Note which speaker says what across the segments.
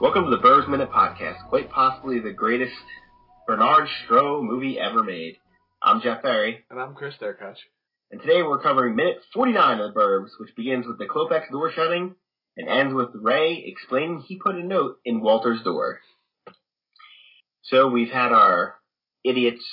Speaker 1: Welcome to the Burrs Minute Podcast, quite possibly the greatest Bernard Stroh movie ever made. I'm Jeff Barry,
Speaker 2: And I'm Chris Derkoch.
Speaker 1: and today we're covering minute 49 of the Burbs, which begins with the Klopex door shutting and ends with Ray explaining he put a note in Walter's door. So we've had our idiots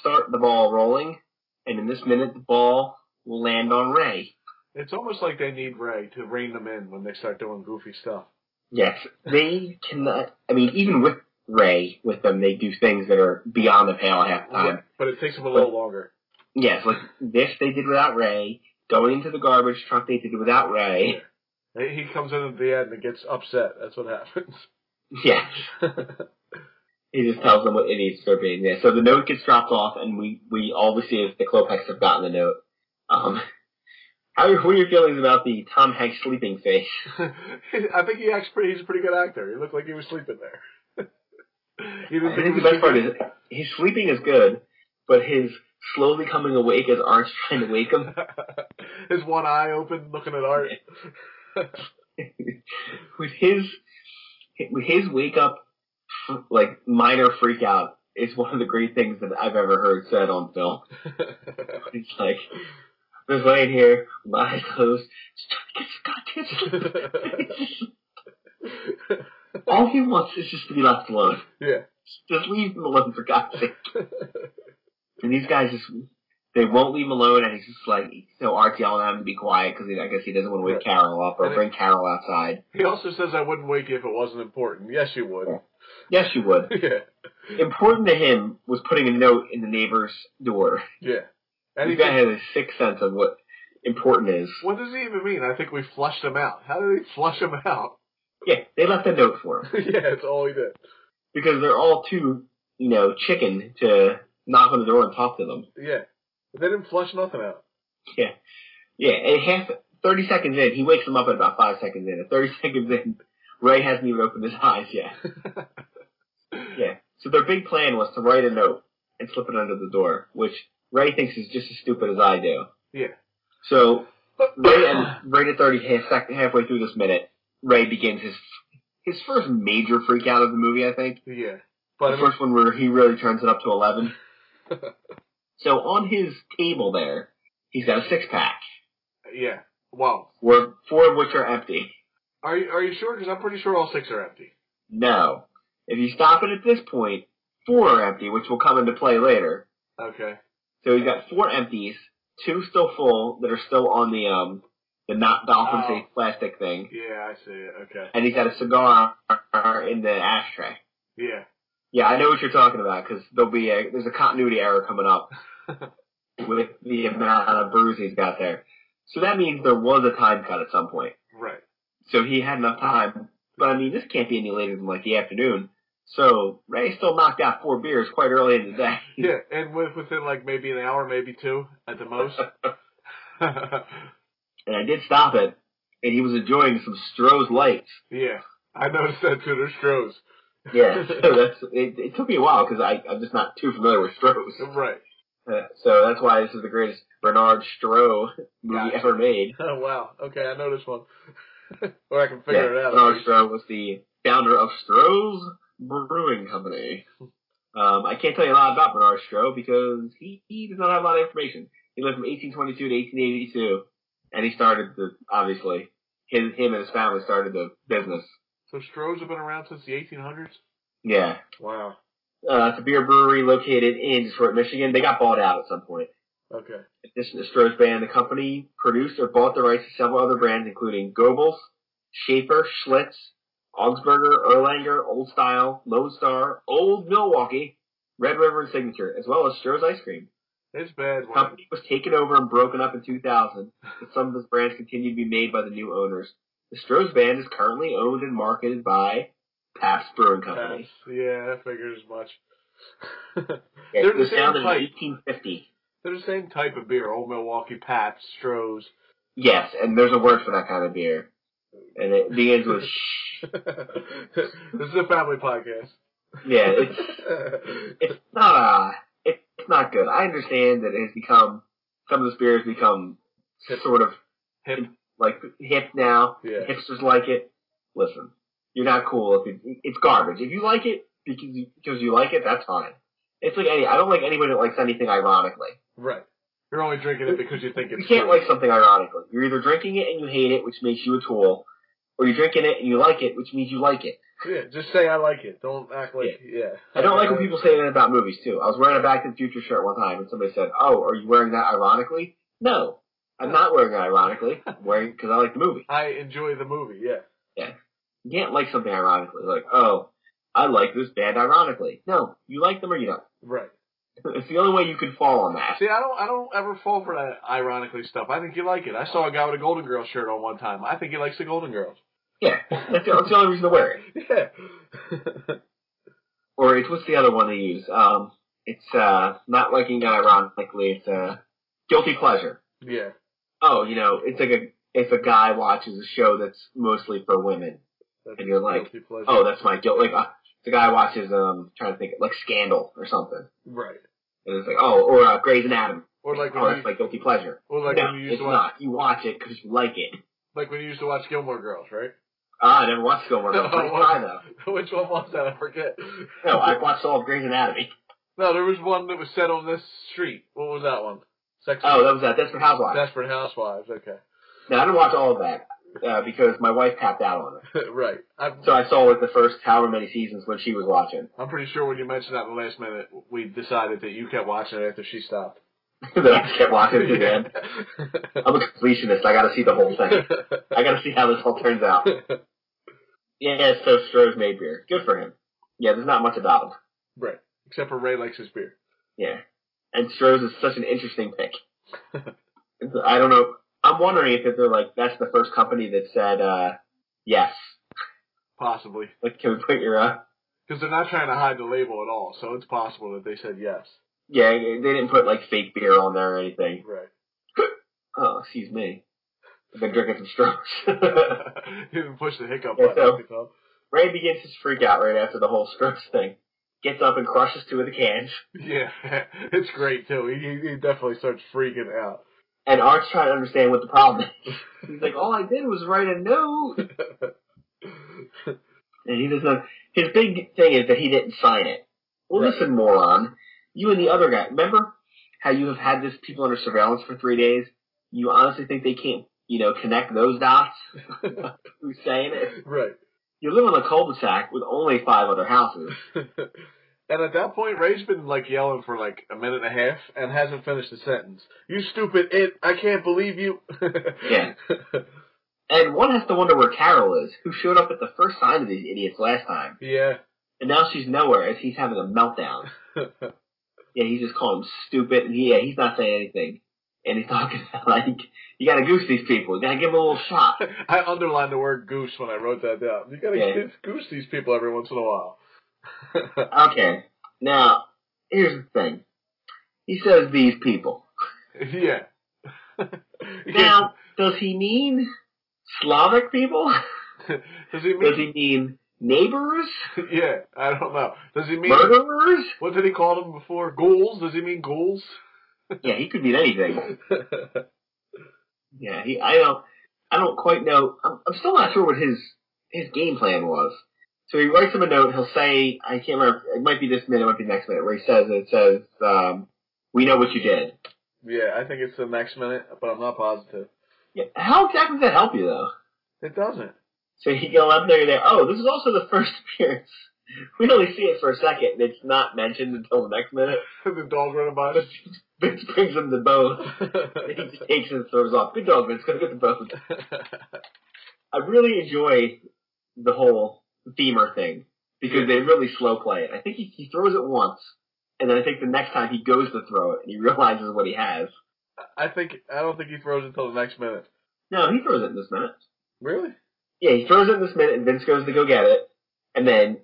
Speaker 1: start the ball rolling, and in this minute the ball will land on Ray.
Speaker 2: It's almost like they need Ray to rein them in when they start doing goofy stuff.
Speaker 1: Yes, they cannot. I mean, even with Ray, with them, they do things that are beyond the pale half the time.
Speaker 2: But it takes them a little longer.
Speaker 1: Yes, like this they did without Ray. Going into the garbage truck they did without Ray.
Speaker 2: He he comes in at the end and gets upset. That's what happens.
Speaker 1: Yes, he just tells them what idiots they're being. Yeah, so the note gets dropped off, and we we all we see is the Klopex have gotten the note. Um, how are, what are your feelings about the Tom Hanks sleeping face?
Speaker 2: I think he acts pretty. He's a pretty good actor. He looked like he was sleeping there. he
Speaker 1: I
Speaker 2: didn't
Speaker 1: think
Speaker 2: think
Speaker 1: the
Speaker 2: he
Speaker 1: best part
Speaker 2: was
Speaker 1: is his sleeping is good, but his slowly coming awake as Art's trying to wake him
Speaker 2: his one eye open, looking at art.
Speaker 1: with his with his wake up like minor freak out is one of the great things that I've ever heard said on film. It's like I'm just laying here, my eyes closed, just trying to get some goddamn sleep. All he wants is just to be left alone.
Speaker 2: yeah.
Speaker 1: Just leave him alone for God's sake. And these guys just they won't leave him alone, and he's just like so Art's yelling at him to be quiet because I guess he doesn't want to wake
Speaker 2: Right.
Speaker 1: Carol up or
Speaker 2: And it-
Speaker 1: bring Carol outside.
Speaker 2: He also says, "I wouldn't wake you if it wasn't important." Yes, you would.
Speaker 1: Yes, you would.
Speaker 2: yeah.
Speaker 1: important to him was putting a note in the neighbor's door.
Speaker 2: Yeah. And
Speaker 1: This
Speaker 2: he
Speaker 1: guy
Speaker 2: thinks,
Speaker 1: has a sixth sense of what important is.
Speaker 2: what does he even mean? I think we flushed him out. How did he flush him out?
Speaker 1: Yeah, they left a note for him
Speaker 2: yeah, that's all he did.
Speaker 1: because they're all too, you know, chicken to knock on the door and talk to them.
Speaker 2: Yeah. They didn't flush nothing out.
Speaker 1: Yeah, and half thirty seconds in, he wakes them up at about five seconds in. At thirty seconds in, Ray hasn't even opened his eyes yet. Yeah. So their big plan was to write a note and slip it under the door, which Ray thinks is just as stupid as I do.
Speaker 2: Yeah.
Speaker 1: So Ray and Ray to thirty half sec- halfway through this minute, Ray begins his his first major freak out of the movie, I think.
Speaker 2: yeah. But I
Speaker 1: the
Speaker 2: mean,
Speaker 1: first one where he really turns it up to eleven. so on his table there, he's got a six pack,
Speaker 2: yeah. Wow.
Speaker 1: where four of which are empty.
Speaker 2: Are you are you sure? Because I'm pretty sure all six are empty.
Speaker 1: No. If you stop it at this point, four are empty, which will come into play later.
Speaker 2: Okay.
Speaker 1: So he's got four empties, two still full that are still on the um the not dolphin safe plastic thing,
Speaker 2: Yeah, I see it. Okay.
Speaker 1: and he's got a cigar in the ashtray.
Speaker 2: Yeah.
Speaker 1: Yeah, I know what you're talking about because there'll be a there's a continuity error coming up with the amount of brews he's got there. So that means there was a time cut at some point.
Speaker 2: Right.
Speaker 1: So he had enough time, but I mean this can't be any later than like the afternoon. So Ray still knocked out four beers quite early in the day.
Speaker 2: Yeah. And with, within like maybe an hour, maybe two at the most.
Speaker 1: and I did stop it, and he was enjoying some Stroh's lights.
Speaker 2: yeah. I noticed that too. There's Strohs.
Speaker 1: Yeah, so that's it, it took me a while because I I'm just not too familiar with Stroh's,
Speaker 2: Right.
Speaker 1: Uh, so that's why this is the greatest Bernard Stroh movie
Speaker 2: Gotcha.
Speaker 1: ever made.
Speaker 2: Oh wow. Okay, I noticed one. or I can
Speaker 1: Yeah,
Speaker 2: figure it out.
Speaker 1: Bernard Stroh was the founder of Stroh's Brewing Company. Um, I can't tell you a lot about Bernard Stroh because he, he does not have a lot of information. He lived from 1822 to 1882, and he started the obviously his him and his family started the business.
Speaker 2: So Strohs have been around since the 1800s.
Speaker 1: Yeah,
Speaker 2: Wow.
Speaker 1: uh, it's a beer brewery located in Detroit, Michigan. They got bought out at some point.
Speaker 2: Okay.
Speaker 1: In addition to Stroh's brand, the company produced or bought the rights to several other brands, including Goebbels, Schaefer, Schlitz, Augsburger, Erlanger, Old Style, Lone Star, Old Milwaukee, Red River, and Signature, as well as Stroh's Ice Cream.
Speaker 2: It's bad.
Speaker 1: The
Speaker 2: One.
Speaker 1: company was taken over and broken up in 2000, but some of its brands continue to be made by the new owners. The Stroh's brand is currently owned and marketed by Pabst Brewing Company.
Speaker 2: Yeah, that figures as much.
Speaker 1: It
Speaker 2: They're the
Speaker 1: was
Speaker 2: same
Speaker 1: founded in
Speaker 2: type.
Speaker 1: 1850.
Speaker 2: They're the same type of beer. Old Milwaukee Pabst, Strohs.
Speaker 1: Yes, and there's a word for that kind of beer. And it begins with sh.
Speaker 2: this is a family podcast.
Speaker 1: Yeah, it's it's not uh it's not good. I understand that it has become some of the beer has become
Speaker 2: Hip.
Speaker 1: sort of
Speaker 2: Hip.
Speaker 1: like hip now.
Speaker 2: Yeah.
Speaker 1: Hipsters like it. Listen, You're not cool if it, it's garbage. If you like it because you, because you like it, that's fine. It's like any. I don't like anybody that likes anything ironically.
Speaker 2: Right. You're only drinking it because you think it's
Speaker 1: You can't
Speaker 2: cool.
Speaker 1: like something ironically. You're either drinking it and you hate it, which makes you a tool, or you're drinking it and you like it, which means you like it.
Speaker 2: Yeah, just say I like it. Don't act like yeah.
Speaker 1: I don't like when people say that about movies too. I was wearing a Back to the Future shirt one time, and somebody said, "Oh, are you wearing that ironically?" No, I'm not wearing it ironically. I'm wearing because I like the movie.
Speaker 2: I enjoy the movie. Yeah.
Speaker 1: You can't like something ironically. Like, oh, I like this band ironically. No, you like them or you don't.
Speaker 2: Right.
Speaker 1: It's the only way you can fall on that.
Speaker 2: See, I don't, I don't ever fall for that ironically stuff. I think you like it. I saw a guy with a Golden Girl shirt on one time. I think he likes the Golden Girls.
Speaker 1: Yeah, that's the, that's the only reason to wear it.
Speaker 2: Yeah.
Speaker 1: Or it's what's the other one they use? Um, it's uh, not liking it ironically. It's uh, guilty pleasure.
Speaker 2: yeah.
Speaker 1: Oh, you know, it's like a if a guy watches a show that's mostly for women.
Speaker 2: That's
Speaker 1: And you're like,
Speaker 2: guilty pleasure.
Speaker 1: oh, that's my guilt. Like uh, the guy watches, um, trying to think, like Scandal or something,
Speaker 2: right.
Speaker 1: and it's like, oh, or uh, Grey's Anatomy.
Speaker 2: Or like
Speaker 1: oh,
Speaker 2: when
Speaker 1: that's
Speaker 2: you,
Speaker 1: my guilty pleasure.
Speaker 2: or like
Speaker 1: no,
Speaker 2: when you used
Speaker 1: it's
Speaker 2: to watch,
Speaker 1: not. You watch it because you like it.
Speaker 2: like when you used to watch Gilmore Girls, right?
Speaker 1: Ah, I never watched Gilmore Girls.
Speaker 2: Oh,
Speaker 1: Pretty
Speaker 2: wow.
Speaker 1: fine though.
Speaker 2: Which one was that? I forget.
Speaker 1: No, I watched all of Grey's Anatomy.
Speaker 2: No, there was one that was set on this street. What was that one? Sex.
Speaker 1: Oh, that was that. Desperate Housewives.
Speaker 2: Desperate Housewives. Okay.
Speaker 1: no, I didn't watch all of that uh, because my wife tapped out on it.
Speaker 2: right. I'm,
Speaker 1: So I saw like the first however many seasons when she was watching.
Speaker 2: I'm pretty sure when you mentioned that in the last minute, we decided that you kept watching it after she stopped.
Speaker 1: then I just kept watching to the end.
Speaker 2: Yeah.
Speaker 1: I'm a completionist. I got to see the whole thing. I got to see how this all turns out. Yeah, so Stroh's made beer. Good for him. Yeah, there's not much about him.
Speaker 2: right. Except for Ray likes his beer.
Speaker 1: Yeah. And Stroh's is such an interesting pick. It's- I don't know. I'm wondering if they're like, that's the first company that said, uh, yes.
Speaker 2: Possibly.
Speaker 1: Like, can we put your, uh,
Speaker 2: Because they're not trying to hide the label at all, so it's possible that they said yes.
Speaker 1: yeah, they didn't put like fake beer on there or anything.
Speaker 2: Right.
Speaker 1: Oh, excuse me. I've been drinking some Stroh's.
Speaker 2: you didn't push the hiccup
Speaker 1: Yeah,
Speaker 2: button.
Speaker 1: so-
Speaker 2: you know?
Speaker 1: Ray begins his freak out right after the whole Stroh's thing. Gets up and crushes two of the cans.
Speaker 2: Yeah, it's great too. He, he he definitely starts freaking out.
Speaker 1: And Art's trying to understand what the problem is. He's like, all I did was write a note. And he doesn't. His big thing is that he didn't sign it. Well,
Speaker 2: Right.
Speaker 1: listen, moron. You and the other guy. Remember how you have had this people under surveillance for three days? You honestly think they can't, you know, connect those dots? Who's saying it?
Speaker 2: right.
Speaker 1: You live on a cul-de-sac with only five other houses.
Speaker 2: and at that point, Ray's been like yelling for like a minute and a half and hasn't finished the sentence. You stupid it! I can't believe you.
Speaker 1: Yeah. And one has to wonder where Carol is, who showed up at the first sign of these idiots last time.
Speaker 2: yeah.
Speaker 1: And now she's nowhere as he's having a meltdown. Yeah, he's just calling him stupid. And he, yeah, he's not saying anything. And he's talking about, like, you gotta goose these people. You gotta give them a little shot.
Speaker 2: I underlined the word goose when I wrote that down. You gotta
Speaker 1: Yeah.
Speaker 2: goose these people every once in a while.
Speaker 1: Okay. Now, here's the thing. He says these people.
Speaker 2: yeah. You can't-
Speaker 1: Now, does he mean Slavic people?
Speaker 2: does he
Speaker 1: Does he
Speaker 2: mean?
Speaker 1: mean neighbors?
Speaker 2: yeah, I don't know. Does he mean?
Speaker 1: Murderers?
Speaker 2: What did he call them before? Ghouls? Does he mean ghouls?
Speaker 1: Yeah, he could mean anything. Yeah, he. I don't. I don't quite know. I'm, I'm still not sure what his his game plan was. So he writes him a note. He'll say, I can't remember. It might be this minute. It might be next minute. Where he says it says, um, "We know what you did."
Speaker 2: yeah, I think it's the next minute, but I'm not positive.
Speaker 1: Yeah. How exactly does that help you though?
Speaker 2: It doesn't.
Speaker 1: So you go up there, you're there. Oh, this is also the first appearance. We only see it for a second, and it's not mentioned until the next minute.
Speaker 2: the dog running by.
Speaker 1: Vince brings him the bow. He just takes it and throws it off. Good dog, Vince. Go get the bow. I really enjoy the whole Beamer thing because they really slow play it. I think he, he throws it once, and then I think the next time he goes to throw it, and he realizes what he has.
Speaker 2: I think I don't think he throws until the next minute.
Speaker 1: No, he throws it in this minute.
Speaker 2: Really?
Speaker 1: Yeah, he throws it in this minute, and Vince goes to go get it, and then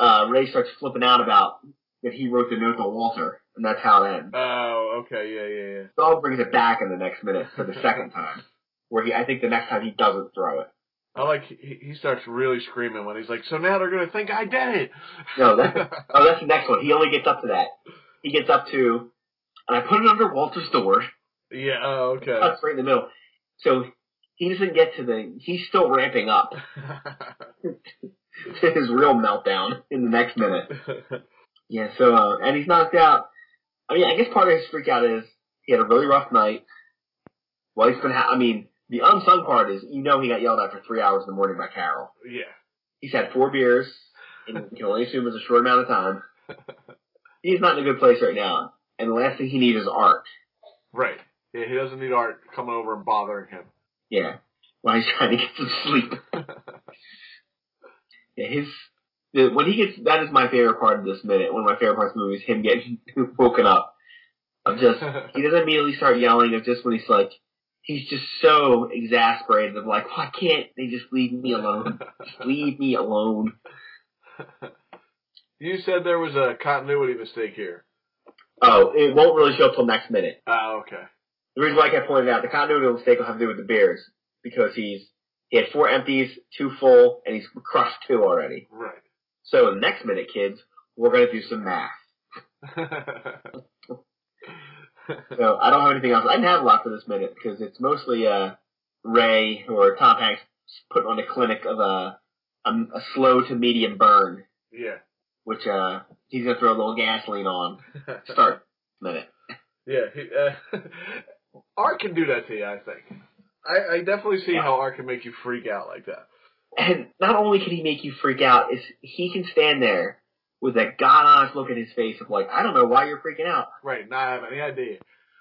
Speaker 1: uh, Ray starts flipping out about that he wrote the note to Walter, and that's how it ends.
Speaker 2: Oh, okay, yeah, yeah, yeah.
Speaker 1: Saul brings it back in the next minute for the second time, where he I think the next time he doesn't throw it.
Speaker 2: I like he, he starts really screaming when he's like, "So now they're gonna think I did
Speaker 1: No, that's
Speaker 2: it."
Speaker 1: oh that's the next one. He only gets up to that. He gets up to, and I put it under Walter's door.
Speaker 2: yeah. Oh, okay.
Speaker 1: That's right in the middle. So he doesn't get to the. He's still ramping up. to his real meltdown in the next minute. Yeah, so, uh, and he's knocked out. I mean, I guess part of his freak out is he had a really rough night. Well, he's been, ha- I mean, the unsung part is you know he got yelled at for three hours in the morning by Carol.
Speaker 2: yeah.
Speaker 1: He's had four beers, and you can only assume it's a short amount of time. He's not in a good place right now, and the last thing he needs is art.
Speaker 2: Right. Yeah, he doesn't need art coming over and bothering him.
Speaker 1: Yeah, while he's trying to get some sleep. Yeah, his the, when he gets that is my favorite part of this minute. One of my favorite parts of the movie is him getting woken up. I'm just he doesn't immediately start yelling. It's just when he's like he's just so exasperated of like why can't they just leave me alone? Just leave me alone.
Speaker 2: you said there was a continuity mistake here.
Speaker 1: Oh, it won't really show up till next minute.
Speaker 2: Oh, okay.
Speaker 1: The reason why I kept pointing it out the continuity mistake will have to do with the beers because he's he had four empties, two full, and he's crushed two already. So in the next minute, kids, we're gonna do some math.
Speaker 2: Right.
Speaker 1: So I don't have anything else. I didn't have a lot for this minute because it's mostly uh, Ray or Tom Hanks putting on a clinic of a, a, a slow to medium burn,
Speaker 2: yeah.
Speaker 1: which uh, he's gonna throw a little gasoline on. Start minute.
Speaker 2: Yeah, he, uh, art can do that to you. I think. I, I definitely see how art can make you freak out like that.
Speaker 1: And not only can he make you freak out, is he can stand there with that god honest look in his face of like, I don't know why you're freaking out.
Speaker 2: Right? Not have any idea.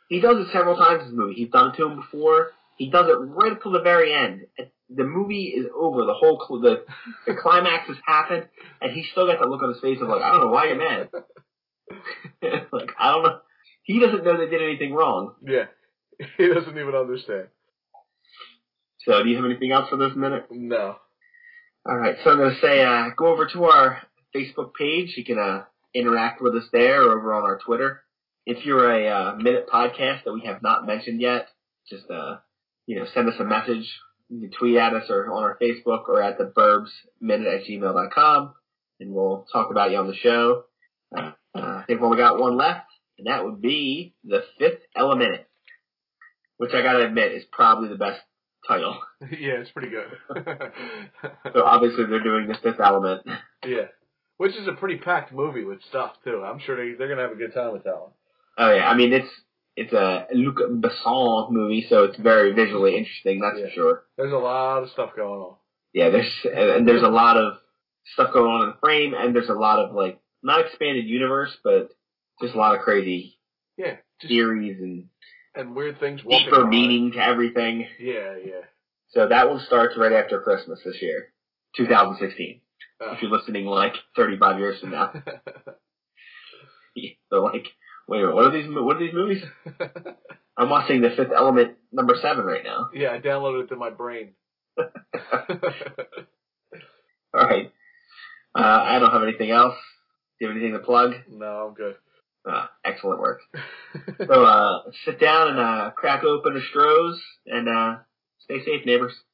Speaker 1: He does it several times in this movie. He's done it to him before. He does it right up till the very end. The movie is over. The whole cl- the the climax has happened, and he's still got that look on his face of like, I don't know why you're mad. like I don't know. He doesn't know they did anything wrong.
Speaker 2: Yeah. He doesn't even understand.
Speaker 1: So, do you have anything else for this minute?
Speaker 2: No.
Speaker 1: All right. So I'm gonna say, uh, go over to our Facebook page. You can uh, interact with us there, or over on our Twitter. If you're a uh, minute podcast that we have not mentioned yet, just uh, you know, send us a message. You can tweet at us or on our Facebook or at the burbs minute at gmail.com and we'll talk about you on the show. Uh, uh, I think we've only got one left and that would be the fifth element, which I gotta admit is probably the best title.
Speaker 2: yeah, it's pretty good.
Speaker 1: So obviously they're doing the fifth element.
Speaker 2: yeah. Which is a pretty packed movie with stuff too. I'm sure they they're gonna have a good time with that one.
Speaker 1: Oh yeah, I mean it's, it's a Luc Besson movie, so it's very visually interesting, that's
Speaker 2: Yeah.
Speaker 1: for sure.
Speaker 2: There's a lot of stuff going on.
Speaker 1: yeah, there's and and there's a lot of stuff going on in the frame, and there's a lot of like not expanded universe, but just a lot of crazy
Speaker 2: Yeah. Just
Speaker 1: theories and
Speaker 2: and weird things. walking
Speaker 1: deeper
Speaker 2: around.
Speaker 1: meaning to everything.
Speaker 2: Yeah, yeah.
Speaker 1: So that one starts right after Christmas this year, 2016.
Speaker 2: Uh.
Speaker 1: If you're listening, like 35 years from now, they're like, wait, a minute, what are these? mo- What are these movies? I'm watching The Fifth Element number seven right now.
Speaker 2: yeah, I downloaded it to my brain.
Speaker 1: All right, uh, I don't have anything else. Do you have anything to plug?
Speaker 2: no, I'm good.
Speaker 1: Uh, excellent work. So uh, sit down and uh, crack open the strows and uh, stay safe, neighbors.